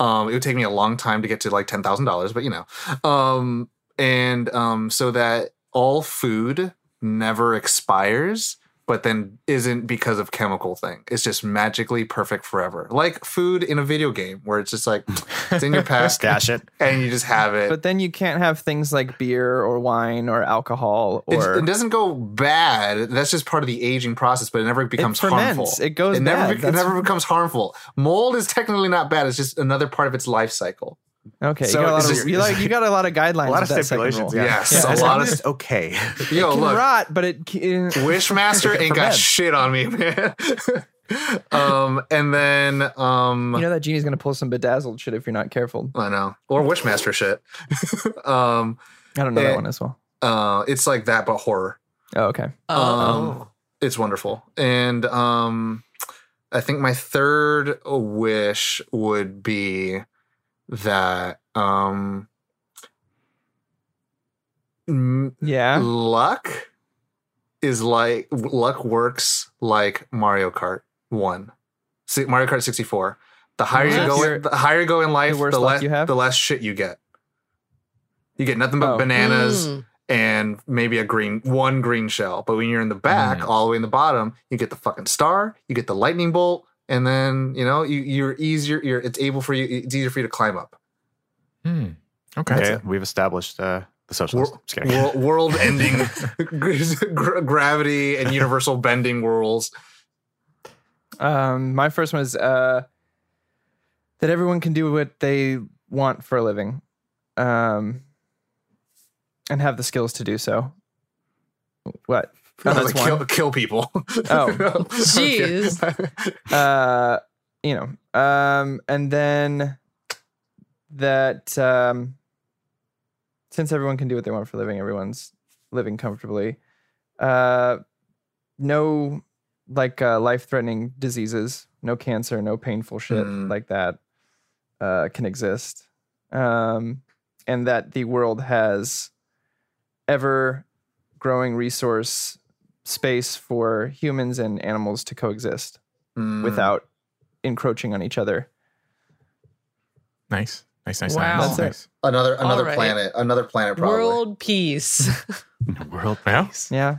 Speaker 4: Um, it would take me a long time to get to like ten thousand dollars, but you know, um, and um, so that all food never expires. But then isn't because of chemical thing. It's just magically perfect forever, like food in a video game where it's just like it's in your past
Speaker 2: Stash it.
Speaker 4: and you just have it.
Speaker 6: But then you can't have things like beer or wine or alcohol
Speaker 4: It-
Speaker 6: or
Speaker 4: it, doesn't go bad. That's just part of the aging process, but it never becomes
Speaker 6: ferments.
Speaker 4: harmful.
Speaker 6: It goes
Speaker 4: It never,
Speaker 6: bad.
Speaker 4: be- it
Speaker 6: That's-
Speaker 4: never becomes harmful. Mold is technically not bad. It's just another part of its life cycle.
Speaker 6: okay.
Speaker 2: So
Speaker 6: you, got a lot
Speaker 2: it's
Speaker 6: of,
Speaker 2: just-
Speaker 6: you, like, you got a lot of guidelines.
Speaker 2: A lot
Speaker 6: with
Speaker 2: of
Speaker 6: that second
Speaker 2: stipulations.
Speaker 6: rule.
Speaker 2: Yeah. Oh,
Speaker 4: Yes,
Speaker 6: Yeah.
Speaker 4: a lot of
Speaker 2: It's okay.
Speaker 4: yo
Speaker 6: It can
Speaker 4: look.
Speaker 6: rot, but it. ca- eh,
Speaker 4: Wishmaster ain't got
Speaker 2: ferment.
Speaker 4: shit on me, man. um, and then um,
Speaker 6: You know that genie's gonna pull some bedazzled shit if you're not careful.
Speaker 4: I know, or Wishmaster shit. um,
Speaker 6: I don't know
Speaker 4: Yeah.
Speaker 2: Eh.
Speaker 6: that one as well.
Speaker 4: uh, it's like that, but horror.
Speaker 6: Oh, okay.
Speaker 5: Oh.
Speaker 4: Um, it's wonderful. And um, I think my third wish would be that um, m-
Speaker 6: Yeah.
Speaker 4: luck is like luck works like Mario Kart One, Si- Mario Kart sixty four. The higher you
Speaker 5: What?
Speaker 4: go,
Speaker 6: Your-
Speaker 4: in, the higher you go in life,
Speaker 6: the
Speaker 4: the,
Speaker 6: worse luck
Speaker 4: less
Speaker 6: you have?
Speaker 4: the less shit you get. You get nothing but
Speaker 6: Oh.
Speaker 4: bananas
Speaker 5: Mm.
Speaker 4: and maybe a green one green shell. But when you're in the back,
Speaker 6: Mm-hmm.
Speaker 3: Mm.
Speaker 4: all the way in the bottom, you get the fucking star, you get the lightning bolt, and then you know you, you're easier. You're it's able for you. It's easier for you to climb up.
Speaker 3: Hmm. Okay.
Speaker 2: Okay, we've established uh, the socialist.
Speaker 4: Wor-
Speaker 2: Just kidding.
Speaker 4: wor- world-ending gr- gravity and universal bending rules.
Speaker 6: Um, my first one is uh, that everyone can do what they want for a living, um, and have the skills to do so. What? Oh,
Speaker 4: Like,
Speaker 6: that's
Speaker 4: kill,
Speaker 6: one.
Speaker 4: kill people.
Speaker 6: Oh.
Speaker 5: Jeez.
Speaker 6: Uh, you know, um, and then that um, since everyone can do what they want for a living, everyone's living comfortably. Uh, no, like uh, life-threatening diseases, no cancer, no painful shit
Speaker 4: Mm.
Speaker 6: like that uh, can exist, um, and that the world has ever-growing resource space for humans and animals to coexist
Speaker 4: Mm.
Speaker 6: without encroaching on each other.
Speaker 3: Nice. Nice, nice,
Speaker 5: Wow.
Speaker 3: nice.
Speaker 6: That's it.
Speaker 3: nice.
Speaker 4: another
Speaker 5: All
Speaker 4: another
Speaker 5: right.
Speaker 4: planet, another planet probably. Um,
Speaker 5: World peace.
Speaker 3: World peace.
Speaker 6: Yeah.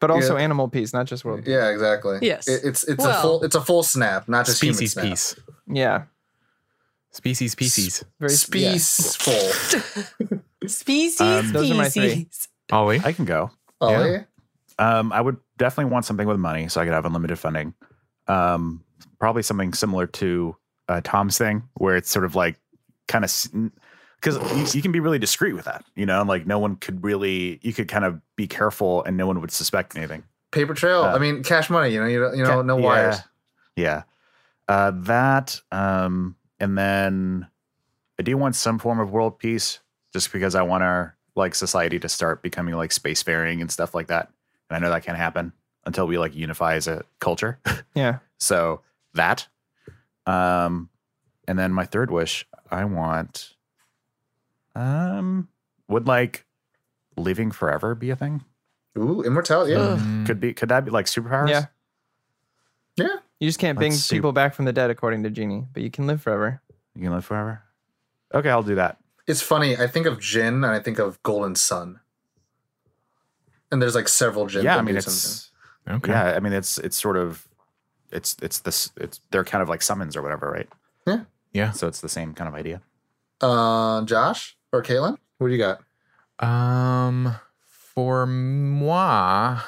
Speaker 6: But also
Speaker 4: Yeah.
Speaker 6: animal peace, not just world.
Speaker 4: Yeah, exactly.
Speaker 5: Yes.
Speaker 4: It- it's it's
Speaker 5: Well-
Speaker 4: a full it's a full snap, not just human
Speaker 3: Species
Speaker 4: snap.
Speaker 3: peace.
Speaker 6: Yeah.
Speaker 3: Species peace.
Speaker 6: Very yeah.
Speaker 4: Species full.
Speaker 5: species,
Speaker 2: Um,
Speaker 6: Those are my three.
Speaker 5: species.
Speaker 3: Ollie.
Speaker 2: I can go.
Speaker 4: Oh,
Speaker 3: Yeah.
Speaker 4: yeah.
Speaker 2: Um, I would definitely want something with money so I could have unlimited funding. Um, probably something similar to uh, Tom's thing, where it's sort of like kind of because you, you can be really discreet with that, you know, and like no one could really, you could kind of be careful and no one would suspect anything.
Speaker 4: Paper trail.
Speaker 2: Uh,
Speaker 4: I mean, cash money. You know, you, don't- you know,
Speaker 2: Ca-
Speaker 4: no
Speaker 2: yeah.
Speaker 4: wires.
Speaker 2: Yeah. Uh, that, um, and then I do want some form of world peace just because I want our like society to start becoming like spacefaring and stuff like that. And I know that can't happen until we like unify as a culture.
Speaker 6: Yeah.
Speaker 2: So that. Um, and then my third wish, I want, um, would like living forever be a thing?
Speaker 4: Ooh, immortality. Yeah.
Speaker 3: Mm.
Speaker 2: Could be, could that be like superpowers?
Speaker 6: Yeah.
Speaker 4: Yeah.
Speaker 6: You just can't
Speaker 2: Let's
Speaker 6: bring
Speaker 2: see.
Speaker 6: people back from the dead according to Genie, but you can live forever.
Speaker 2: You can live forever. Okay, I'll do that.
Speaker 4: It's funny. I think of Jin and I think of Golden Sun. And there's like several Jin.
Speaker 2: yeah,
Speaker 4: that
Speaker 2: I mean
Speaker 4: do
Speaker 2: it's
Speaker 4: something.
Speaker 3: Okay.
Speaker 2: yeah, I mean it's it's sort of it's it's this it's they're kind of like summons or whatever, right?
Speaker 4: Yeah.
Speaker 3: Yeah.
Speaker 2: So it's the same kind of idea.
Speaker 4: uh, Josh or Caitlin. What do you got?
Speaker 3: Um, for moi,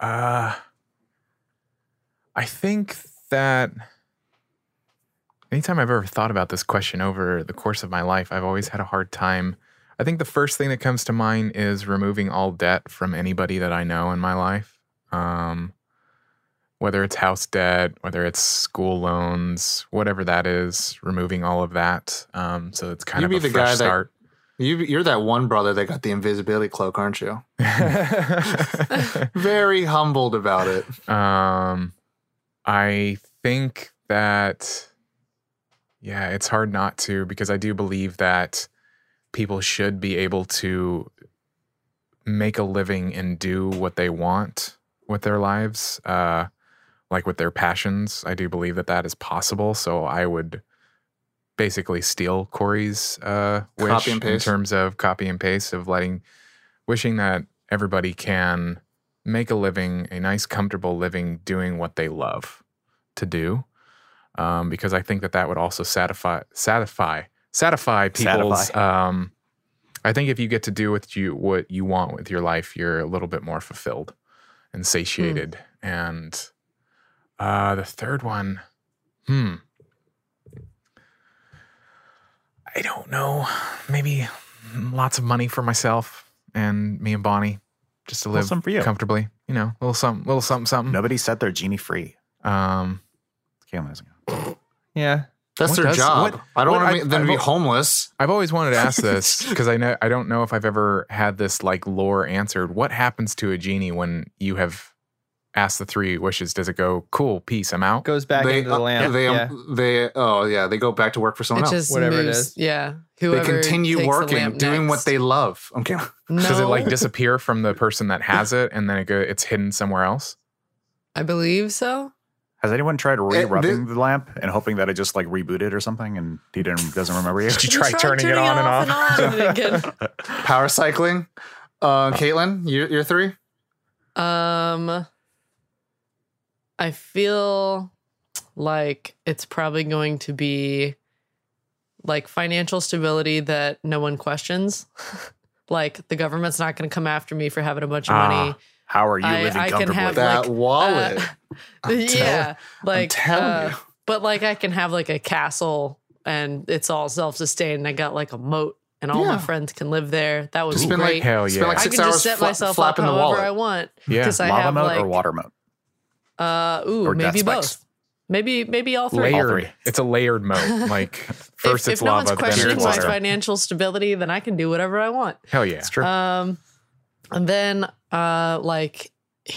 Speaker 3: uh, I think that anytime I've ever thought about this question over the course of my life, I've always had a hard time. I think the first thing that comes to mind is removing all debt from anybody that I know in my life. Um, whether it's house debt, whether it's school loans, whatever that is, removing all of that. Um, so it's kind
Speaker 4: You
Speaker 3: of
Speaker 4: be
Speaker 3: a
Speaker 4: the
Speaker 3: fresh
Speaker 4: guy that-
Speaker 3: start.
Speaker 4: You, you're that one brother that got the invisibility cloak, aren't you?
Speaker 3: um,
Speaker 4: Very humbled about it.
Speaker 3: I think that, yeah, it's hard not to because I do believe that people should be able to make a living and do what they want with their lives, uh, like with their passions. I do believe that that is possible. So I would basically steal Corey's uh, wish
Speaker 4: Copy and
Speaker 3: in
Speaker 4: paste.
Speaker 3: terms of copy and paste of letting, wishing that everybody can make a living, a nice, comfortable living, doing what they love to do. Um, because I think that that would also satisfy, satisfy, satisfy people's. Um, I think if you get to do what you what you want with your life, you're a little bit more fulfilled and
Speaker 2: Hmm.
Speaker 3: satiated. And uh, the third one, hmm, I don't know. Maybe lots of money for myself and me and Bonnie, just to
Speaker 2: Well,
Speaker 3: live
Speaker 2: some for you.
Speaker 3: comfortably. You know, little something, little something, something.
Speaker 2: Nobody set their genie free.
Speaker 3: Um,
Speaker 2: Caitlin doesn't.
Speaker 6: Yeah.
Speaker 4: That's
Speaker 3: What
Speaker 4: their
Speaker 3: does-
Speaker 4: job.
Speaker 3: what-
Speaker 4: I don't
Speaker 3: what-
Speaker 4: want
Speaker 3: I-
Speaker 4: them to be
Speaker 3: I've-
Speaker 4: homeless.
Speaker 3: I've always wanted to ask this because I know I don't know if I've ever had this like lore answered. What happens to a genie when you have asked the three wishes? Does it go cool, peace, I'm out?
Speaker 6: Goes back
Speaker 4: they,
Speaker 6: into the
Speaker 4: uh,
Speaker 6: land.
Speaker 4: they,
Speaker 6: yeah.
Speaker 4: um, they, oh yeah, they go back to work for someone
Speaker 5: It
Speaker 4: else.
Speaker 5: just
Speaker 6: Whatever it
Speaker 5: moves.
Speaker 6: is.
Speaker 5: Yeah.
Speaker 4: they
Speaker 5: Whoever
Speaker 4: continue
Speaker 5: takes the
Speaker 4: working,
Speaker 5: lamp
Speaker 4: doing what
Speaker 5: next.
Speaker 4: they love. Okay.
Speaker 5: No,
Speaker 3: Does it like disappear from the person that has it and then it go, it's hidden somewhere else?
Speaker 5: I believe so.
Speaker 2: Has anyone tried re-rubbing
Speaker 4: thi-
Speaker 2: the lamp and hoping that it just like rebooted or something and he didn't doesn't remember you?
Speaker 3: Did you
Speaker 5: You
Speaker 3: try
Speaker 5: tried
Speaker 3: turning, it on and off?
Speaker 5: and on, and it didn't
Speaker 4: Power cycling. Uh, Caitlin, you, you're three.
Speaker 5: get- um, I feel like it's probably going to be like financial stability that no one questions. like the government's not going to come after me for having a bunch of money.
Speaker 3: Ah,
Speaker 2: How are you
Speaker 5: I-
Speaker 2: living
Speaker 5: I can
Speaker 2: comfortably?
Speaker 5: have
Speaker 4: that
Speaker 5: like,
Speaker 4: wallet.
Speaker 5: uh, yeah, like
Speaker 4: telling
Speaker 5: uh,
Speaker 4: you.
Speaker 5: but like I can have like a castle and it's all self-sustained. and I got like a moat and all
Speaker 4: Yeah.
Speaker 5: my friends can live there. That would
Speaker 4: Just
Speaker 5: be
Speaker 4: spend
Speaker 5: great.
Speaker 4: like,
Speaker 3: Hell
Speaker 4: spend like
Speaker 5: I
Speaker 3: yeah.
Speaker 5: can
Speaker 4: six
Speaker 5: just
Speaker 4: hours
Speaker 5: set
Speaker 4: fla-
Speaker 5: myself up
Speaker 4: flapping the
Speaker 5: however
Speaker 4: wallet.
Speaker 5: I want.
Speaker 3: Yeah.
Speaker 5: because I
Speaker 2: Lava
Speaker 5: have
Speaker 2: mode
Speaker 5: like
Speaker 2: or water mode?
Speaker 5: uh ooh
Speaker 2: Or death
Speaker 5: maybe
Speaker 2: spikes?
Speaker 5: both, maybe maybe all three.
Speaker 2: All
Speaker 3: Layered.
Speaker 2: three.
Speaker 3: It's a layered mode. Like first
Speaker 5: if,
Speaker 3: it's
Speaker 5: if
Speaker 3: lava,
Speaker 5: no one's
Speaker 3: then
Speaker 5: questioning
Speaker 3: it's
Speaker 5: my
Speaker 3: water.
Speaker 5: financial stability, then I can do whatever I want.
Speaker 3: Hell yeah. It's true.
Speaker 5: Um, and then uh, like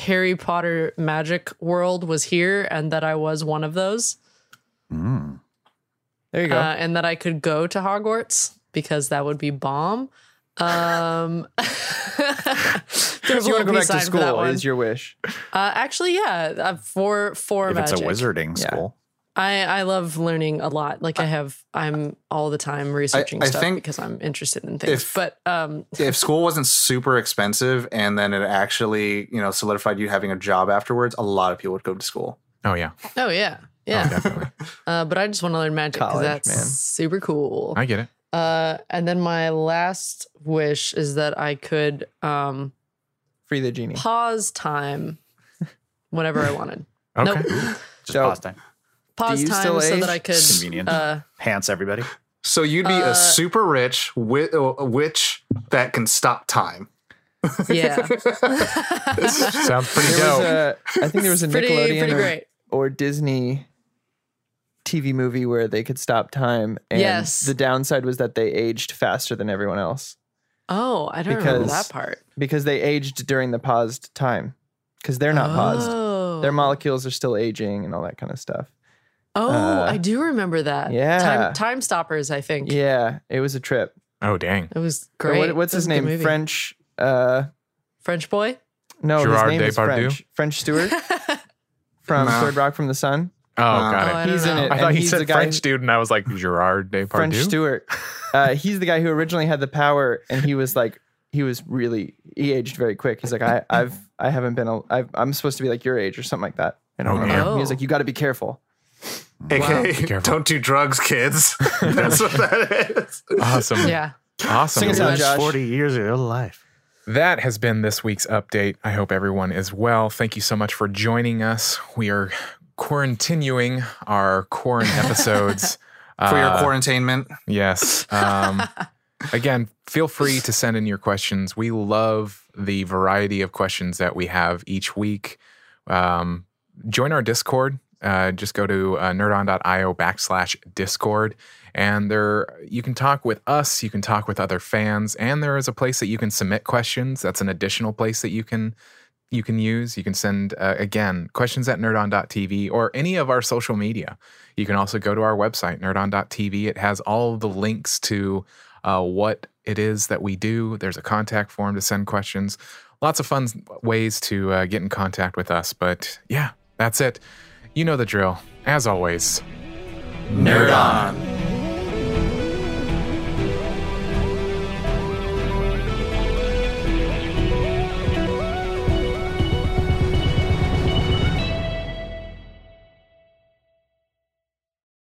Speaker 5: Harry Potter Magic World was here, and that I was one of those,
Speaker 2: Mm.
Speaker 6: There you
Speaker 5: uh,
Speaker 6: go.
Speaker 5: and that I could go to Hogwarts because that would be bomb. Um, there's a
Speaker 6: you want to
Speaker 5: little
Speaker 6: go
Speaker 5: peace
Speaker 6: back to
Speaker 5: sign for that
Speaker 6: school
Speaker 5: one.
Speaker 6: is your wish.
Speaker 5: uh, actually, yeah, uh, for for
Speaker 2: If it's
Speaker 5: magic,
Speaker 2: a wizarding
Speaker 6: Yeah.
Speaker 2: school,
Speaker 5: I I love learning a lot. Like I, have, I'm all the time researching
Speaker 4: I
Speaker 5: stuff
Speaker 4: think
Speaker 5: because I'm interested in things.
Speaker 4: if-
Speaker 5: but um,
Speaker 4: if school wasn't super expensive and then it actually you know solidified you having a job afterwards a lot of people would go to school
Speaker 3: oh yeah.
Speaker 5: oh yeah,
Speaker 3: Oh,
Speaker 5: yeah.
Speaker 3: definitely.
Speaker 5: Uh, but I just want to learn magic because
Speaker 6: College,
Speaker 5: that's
Speaker 6: man.
Speaker 5: super cool.
Speaker 3: I get it.
Speaker 5: Uh, and then my last wish is that I could um,
Speaker 6: Free the genie.
Speaker 5: pause time whenever I wanted.
Speaker 3: Okay.
Speaker 5: Nope.
Speaker 2: just
Speaker 6: Dope.
Speaker 2: pause time.
Speaker 5: Pause
Speaker 6: you
Speaker 5: time
Speaker 6: still
Speaker 5: so
Speaker 6: age?
Speaker 5: that I could.
Speaker 2: Convenient.
Speaker 5: Uh,
Speaker 2: Pants, everybody.
Speaker 4: so you'd be
Speaker 5: Uh,
Speaker 4: a super rich wi- uh, witch that can stop time
Speaker 5: yeah.
Speaker 3: Sounds pretty
Speaker 6: There was
Speaker 3: dope.
Speaker 6: a, I think there was a
Speaker 5: pretty,
Speaker 6: Nickelodeon
Speaker 5: pretty
Speaker 6: or-
Speaker 5: great.
Speaker 6: or, Disney TV movie where they could stop time. And
Speaker 5: Yes.
Speaker 6: the downside was that they aged faster than everyone else
Speaker 5: Oh, I don't remember
Speaker 6: Because-
Speaker 5: that part.
Speaker 6: because they aged during the paused time because they're not paused.
Speaker 5: Oh.
Speaker 6: Their molecules are still aging and all that kind of stuff.
Speaker 5: Oh,
Speaker 6: uh,
Speaker 5: I do remember that.
Speaker 6: yeah.
Speaker 5: Time, time stoppers, I think.
Speaker 6: Yeah, it was a trip.
Speaker 3: oh dang.
Speaker 5: It was
Speaker 6: Or
Speaker 5: great.
Speaker 6: what- what's
Speaker 5: That
Speaker 6: his
Speaker 5: was a good
Speaker 6: name?
Speaker 5: movie.
Speaker 6: French. Uh,
Speaker 5: French boy?
Speaker 6: no,
Speaker 3: Gerard
Speaker 6: his name is
Speaker 3: Depardieu?
Speaker 6: French. French Stewart from
Speaker 4: No.
Speaker 6: Third Rock from the Sun.
Speaker 3: Oh,
Speaker 4: Uh,
Speaker 3: got
Speaker 5: Oh, I
Speaker 3: it.
Speaker 5: don't
Speaker 6: He's in
Speaker 5: know.
Speaker 6: it.
Speaker 3: I,
Speaker 6: and
Speaker 3: thought he
Speaker 6: he's the
Speaker 3: said
Speaker 6: guy
Speaker 3: French
Speaker 6: who-
Speaker 3: dude, and I was like Gerard Depardieu.
Speaker 6: French Stewart. Uh, he's the guy who originally had the power, and he was like, he was really, he aged very quick. He's like, I, I've, I haven't been, a, I've, I'm supposed to be like your age or something like that. I don't
Speaker 3: Oh,
Speaker 6: remember.
Speaker 5: damn.
Speaker 6: He was like, you got to be careful.
Speaker 3: Be
Speaker 4: aka
Speaker 3: careful.
Speaker 4: don't do drugs kids that's what that is
Speaker 3: Awesome.
Speaker 5: Yeah.
Speaker 3: Awesome.
Speaker 6: Sing us out,
Speaker 5: Josh.
Speaker 6: Josh.
Speaker 2: Forty years of your life.
Speaker 3: That has been this week's update. I hope everyone is well. Thank you so much for joining us. We are quarantining our quarantine episodes.
Speaker 4: for your
Speaker 3: Uh,
Speaker 4: quarantinement
Speaker 3: Yes. Um, again, feel free to send in your questions. We love the variety of questions that we have each week. Um, join our Discord. Uh, just go to uh, nerdon.io backslash Discord. And there you can talk with us, you can talk with other fans, and there is a place that you can submit questions. That's an additional place that you can you can use. You can send uh, again questions at nerdon.tv or any of our social media. You can also go to our website, nerdon.tv. It has all the links to uh, what it is that we do. There's a contact form to send questions. Lots of fun ways to uh, get in contact with us. But yeah, that's it. You know the drill. As always,
Speaker 4: nerd on